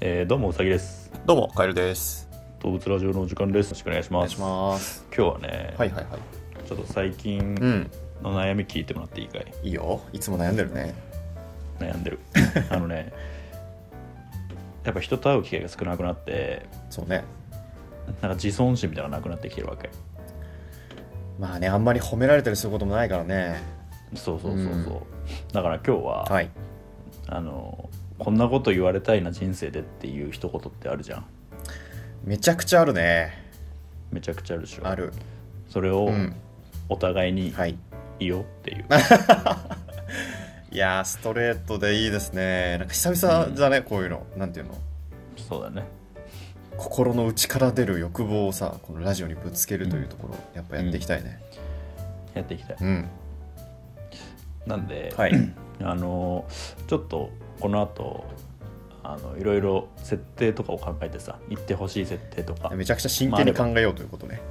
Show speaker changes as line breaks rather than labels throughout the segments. えーどうもうさぎです。
どうもカエルです。
動物ラジオのお時間です。よろしくお願いし
お
ま
願い
す。
します。
今日はね、
はいはいはい。
ちょっと最近
うん。
の悩み聞いてもらっていいかい
いいよ。いつも悩んでるね。
悩 んでる。あのね、やっぱ人と会う機会が少なくなって、
そうね。
なんか自尊心みたいなのなくなってきてるわけ。
まあね、あんまり褒められたりすることもないからね。
そうそうそうそう。
うん
だから今日は、
はい。
あの、こんなこと言われたいな人生でっていう一言ってあるじゃん。
めちゃくちゃあるね。
めちゃくちゃあるでしょ。
ある。
それを
うん。
お互いに
はい。
いいよって いう。
いやー、ストレートでいいですね。なんか久々だね、こういうの。なんていうの
そうだね。
心の内から出る欲望をさ、このラジオにぶつけるというところ、やっぱやっていきたいね。
やっていきたい。
うん。
なんで、
はい。
あのちょっとこの後あのいろいろ設定とかを考えてさ行ってほしい設定とか、うんうん
めちゃくちゃ真剣に考えようということね。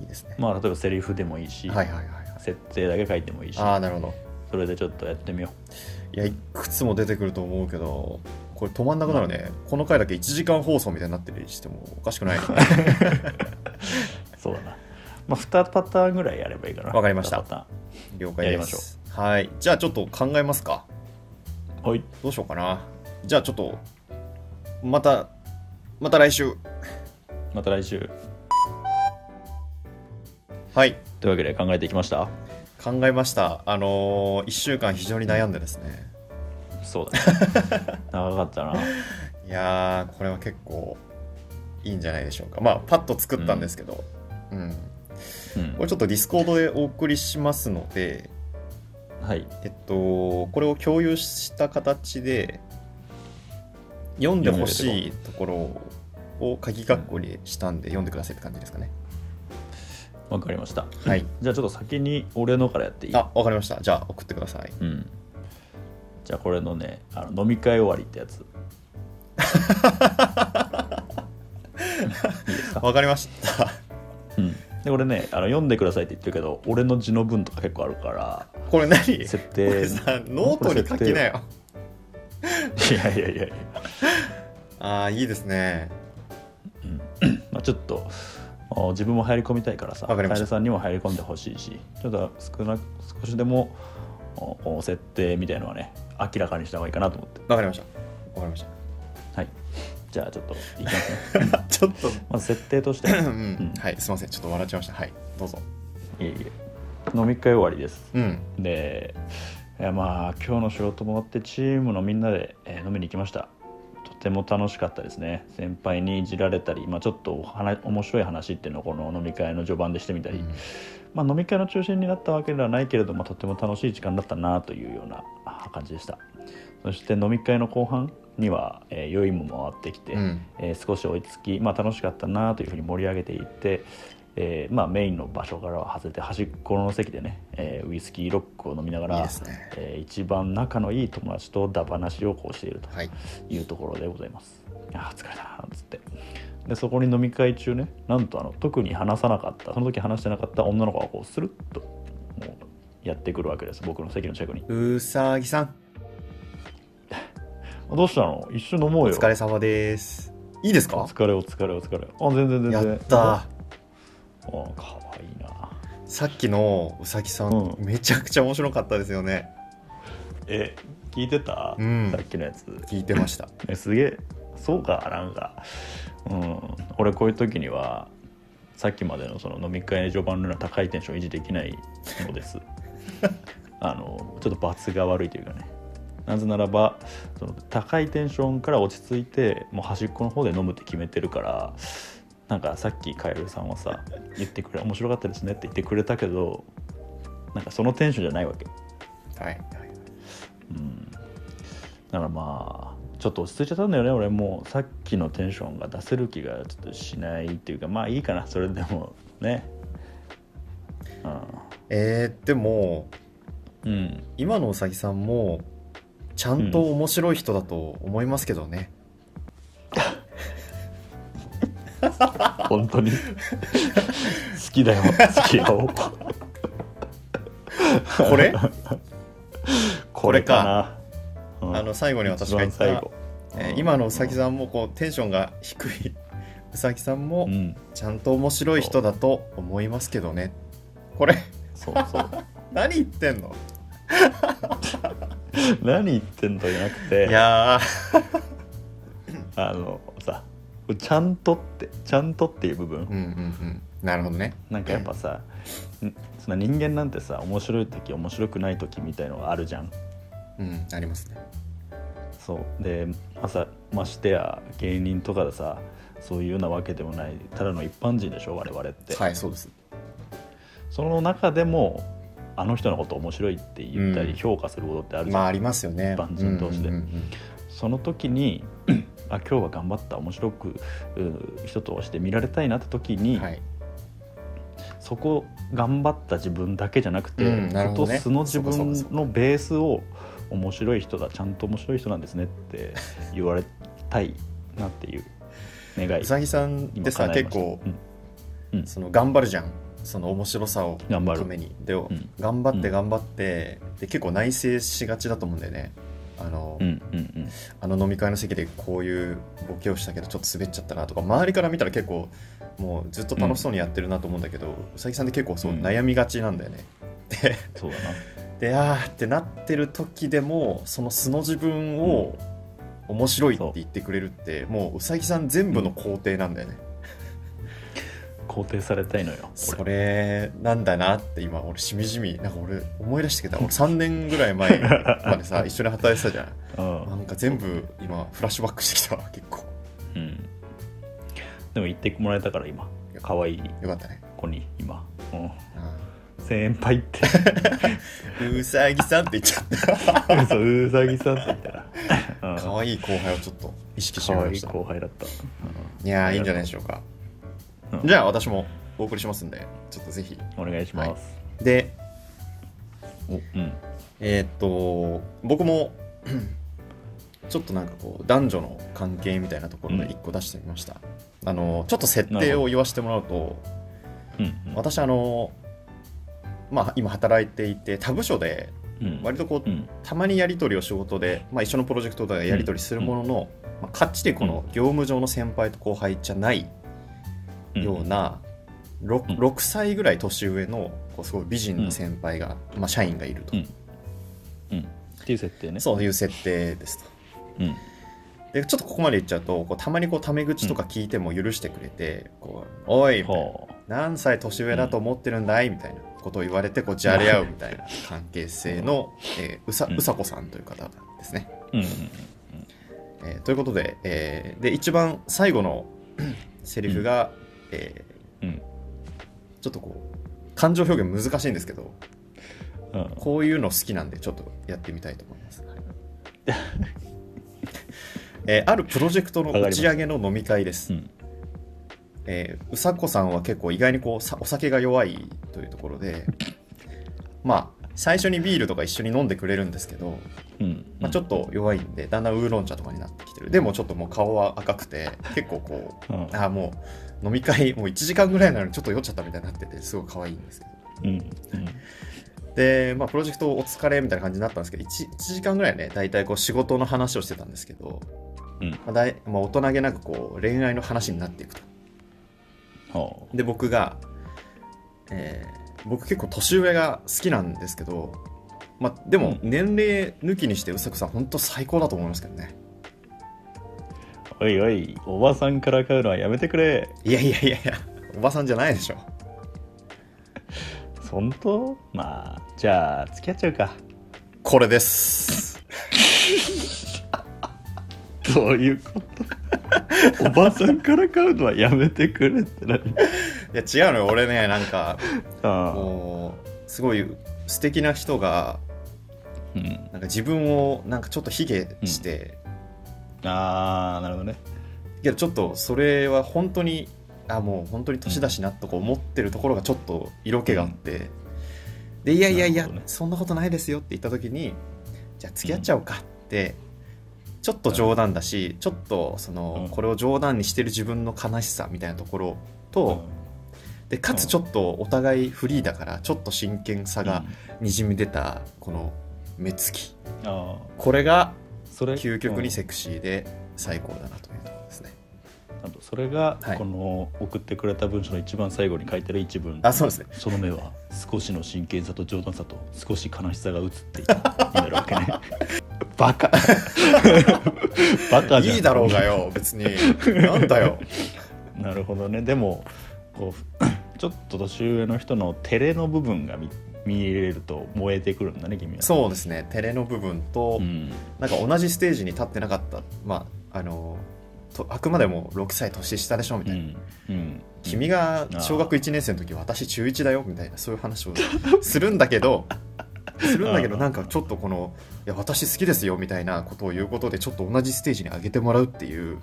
いいですね。
まあ例えばセリフでもいいし、
はいはいはいはい。
設定だけ書いてもいいし
ああ、なるほど。
それでちょっとやってみよ
いやいくつも出てくると思うけどこれ止まんなくなるね、この回だけ1時間放送みたいになってるしてもおかしくない ね
うそうだな、まあ、2パターンぐらいやればいいかな
わかりました
二パ
了解
や
です
りましょ
うはいじゃあちょっと考えますか
ターンはい
どうしようかなじゃあちょっとまたまた来週
また来週
はい
というわけで考えていきました
考えましたあのー、1週間非常に悩んでですね
そうだ ね長かったない
やーこれは結構いいんじゃないでしょうかまあパッと作ったんですけどうん、
うん
これちょっとディスコードでお送りしますので
はい
えっと、これを共有した形で読んでほしいところを鍵括弧にしたんで読んでくださいって感じですかね。
わかりました
はい。
じゃあちょっと先に俺のからやっていい
あ、わかりました。じゃあ送ってください。
うんじゃあこれのねあの飲み会終わりってやつ
わかりました。
うん、で俺ねあの読んでくださいって言ってるけど俺の字の文とか結構あるから
これ何
設
こ
定
れさ、ノートに書きなよ。
いやいやいやいや、
ああ、いいですね。
うんまあ、ちょっとあ自分も入り込みたいからさ
わかりました
楓さんにも入り込んでほしいしちょっと少な少しでもおこう設定みたいのはね明らかにした方がいいかなと思って
わかりました。わかりまし
はいじゃあちょっといきます ね
た。ちょっと、
まず設定として
う
い
ん、はい、すいません。ちょっと笑っちゃいました。はい、どうぞ。
えいえ飲み会終わりです
うん。
でいやまあ今日の仕事も終わってチームのみんなで、えー飲みに行きましたとても楽しかったですね先輩にいじられたり、まあ、ちょっとお話面白い話っていうのをこの飲み会の序盤でしてみたり、まあ、飲み会の中心になったわけではないけれどもとても楽しい時間だったなというようなあ感じでしたそして飲み会の後半には、えー酔いも回ってきて、
うん
えー少し追いつき、まあ、楽しかったなというふうに盛り上げていって、えーまあ、メインの場所からは外れて端っこの席でね、えーウイスキーロックを飲みながら
いいですね
えー一番仲のいい友達とだ話をこうしていると
はい。
いうところでございます。あー疲れたななんつってでそこに飲み会中ねなんとあの特に話さなかったその時話してなかった女の子がこうスルッともうやってくるわけです僕の席の近くに
うさぎさん、
「どうしたの一緒飲もう
お
よ」
疲れ様です。いいです
お
か
疲れお疲れお疲れあ全然全
や
然
ったー。
あーかわいいな
さっきのうさぎさん、
う
めちゃくちゃ面白かったですよね
え聞いてた、
うん
さっきのやつ
聞いてました
えすげえそうかなんかうん俺こういう時にはさっきまでのその飲み会序盤のような高いテンション維持できないのですあのちょっと罰が悪いというかねなぜならばその高いテンションから落ち着いてもう端っこの方で飲むって決めてるからなんかさっきカエルさんはさ言ってくれ面白かったですねって言ってくれたけどなんかそのテンションじゃないわけ
はいはい
うんだからまあちょっと落ち着いちゃったんだよね俺もうさっきのテンションが出せる気がちょっとしないっていうかまあいいかなそれでもね
えー、でも
うん、うん、
今のうさぎさんもちゃんと面白い人だと思いますけ どね、
本当に好きだよ好きよ
これ
これかなうん
あの最後に私
一
が
番
言っ
最
た
後
えー今のうさぎさんもこうテンションが低いうさぎさんも
うん、
ちゃんと面白い人だと思いますけどねこれ
そうそう
何言ってんの
何言ってんのじゃなくて
いや
あのさちゃんとってちゃんとっていう部分、
ーうんうんうんなるほどね
なんかやっぱさ、んその人間なんてさ面白い時面白くない時みたいのがあるじゃん
うんありますね
そうでまさましてや芸人とかでさそういうようなわけでもないただの一般人でしょ我々って、
はいそうです
その中でもあの人のこと面白いって言った
うん
り評価することってあるじゃ
ま
ん、
あありますよね
万人同士で
うんうんうん
その時に あ今日は頑張った面白くう人として見られたいなって時
うん
に、
はい
そこ頑張った自分だけじゃなくて、
うんなる
今
ほどね
年の自
そうか
分
そうか
のベースを面白い人だちゃんと面白い人なんですねって言われたいなっていう願いう
さぎさんっ
今
てさ
叶えま
結
した
構
うん
その頑張るじゃんその面白さを
頑張る
ためにで、
ん
頑張って頑張ってで結構内省しがちだと思うんだよねあの、
うんうんうん
あの飲み会の席でこういうボケをしたけどちょっと滑っちゃったなとか周りから見たら結構もうずっと楽しそうにやってるなと思うんだけど、うさぎさんって結構そう
うん
悩みがちなんだよね、で
そうだ
であーってなってる時でもその素の自分を面白いって言ってくれるってもううさぎさん全部の工程なんだよね、
な肯定されたいのよ
それなんだなって今俺しみじみなんか俺思い出してきた俺3年ぐらい前ま でさ一緒に働いてたじゃん
俺うん
なんか全部今フラッシュバックしてきたわ結構
うん、でも言ってもらえたから今可愛い
よかったね
子に今、うん、
う
先輩って
んうさぎさんって言っちゃった
嘘うさぎさんって言ったら、うん、
可愛い後輩をちょっと意識して
可
み
愛
ま
い
した
後輩だった、
いやーいいんじゃないでしょうか、
うん
じゃあ私もお送りしますんでちょっとぜひ
うんお願いします、
で
おうん
えーっと僕もちょっとなんかこう男女の関係みたいなところで1個出してみました、あのちょっと設定を言わせてもらうと
うん
私あのまあ今働いていて他部署で
うん
割とこう
うん
たまにやり取りを仕事で、まあ、一緒のプロジェクトとかでやり取りするものの、まあ、かっちりこの業務上の先輩と後輩じゃない
うん
ような 6, 6歳ぐらい年上のこうすごい美人な先輩が、まあ、社員がいると、
うんうんっていう設定ね
そういう設定ですと。
うん
でちょっとここまで言っちゃうとこうたまにこうタメ口とか聞いても許してくれて「こうおいみたいな
は
何歳年上だと思ってるんだい?」みたいなことを言われてこうじゃれ合うみ たいな関係性の、えーうさ
うん
うさこさんという方ですね。
あうんうん
えーということで,、えーで一番最後の セリフが、え
うん
ーちょっとこう感情表現難しいんですけど
うんうん
こういうの好きなんでちょっとやってみたいと思います。はい えーあるプロジェクトの打ち上げの飲み会です
う。ん
えーうさこさんは結構意外にこうさお酒が弱いというところでまあ最初にビールとか一緒に飲んでくれるんですけど、
うん
まあ、ちょっと弱いんでだんだんウーロン茶とかになってきてるでもちょっともう顔は赤くて結構こう
うん
ああもう飲み会もう1時間ぐらいなのにちょっと酔っちゃったみたいになっててすごい可愛いんですけど
うん
で、まあ、プロジェクトお疲れみたいな感じになったんですけど 1, 1時間ぐらいね大体こう仕事の話をしてたんですけど、
うん
まあだいまあ、大人げなくこう恋愛の話になっていくと。
は
で僕が、えー僕結構年上が好きなんですけど、まあ、でも
う
年齢抜きにしてうさこさん本当最高だと思いますけどね
あおいおいおばさんから買うのはやめてくれ
いやいやいやいやおばさんじゃないでしょ
本当まあじゃあ付き合っちゃうか
これです
どういうこと おばさんから買うのはやめてくれって何
いや違うのよ俺ねなんか
あ
こうすごい素敵な人が
うん、
なんか自分をなんかちょっと卑下して、
あーなるほどね
けどちょっとそれは本当にあもう本当に年だしなとか思ってるところがちょっと色気があって、でいやいやい
な
や、
るほどね
そんなことないですよって言った時にじゃあ付き合っちゃおうかって、ちょっと冗談だしちょっとその、
うん
これを冗談にしてる自分の悲しさみたいなところと、でかつちょっとお互いフリーだからちょっと真剣さがにじみ出たこの目つき
うんあ
これが
それ
究極に
うん
セクシーで最高だなというところですね。
あとそれが
はい
この送ってくれた文章の一番最後に書いてる一文、
あ、そうですね。
その目は少しの真剣さと冗談さと少し悲しさが映っていたになるわけね バカ バカじゃん
いいだろうが よ、別に。なんだよ。
なるほどねでもこう ちょっと年上の人の照れの部分が見見れると燃えてくるんだね君は
そうですね、照れの部分と、
うん、
なんか同じステージに立ってなかった、まあ、あの、とあくまでも6歳年下でしょみ
う
たいな。
んうん、
君が小学1年生の時私中1だよみたいなそういう話をするんだけどするんだけどなんかちょっとこのいや私好きですよみたいなことを言うことでちょっと同じステージに上げてもらうっていう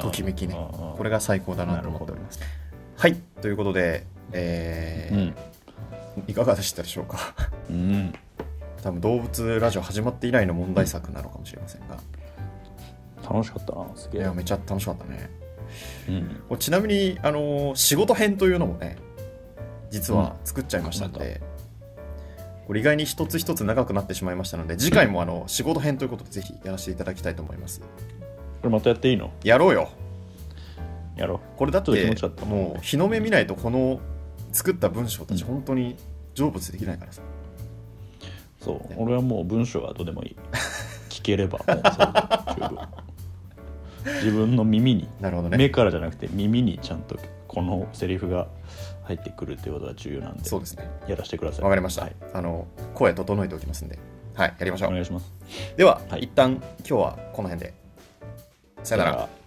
ときめきねこ
こ
れが最高だなと思っておりますはいということで、え
う
ー
ん、
いかがでしたでしょうか
うん、
多分動物ラジオ始まって以来の問題作なのかもしれませんが
楽しかったなす
い
げえ
やめちゃ楽しかったね
うん
これちなみにあのー仕事編というのもね実は作っちゃいましたんで、これ意外に一つ一つ長くなってしまいましたので次回もあの仕事編ということでぜひやらせていただきたいと思います
これまたやっていいの
やろうよ
やろ
これだっ
ちょっと気
て
持ちだった
もう日の目見ないとこの作った文章たち
うん
本当に成仏できないからさ、
うそう
ね
俺はもう文章はどうでもい い聞ければもうそれで十分自分の耳に
なるほど
目
ね
からじゃなくて耳にちゃんとこのセリフが入ってくるっていうことが重要なんで
そうですね
やらせてください
わかりました、
はい
あの声整えておきますんではいやりましょ
お
う
願いします
では、
はい
一旦今日はこの辺でさよなら
さよなら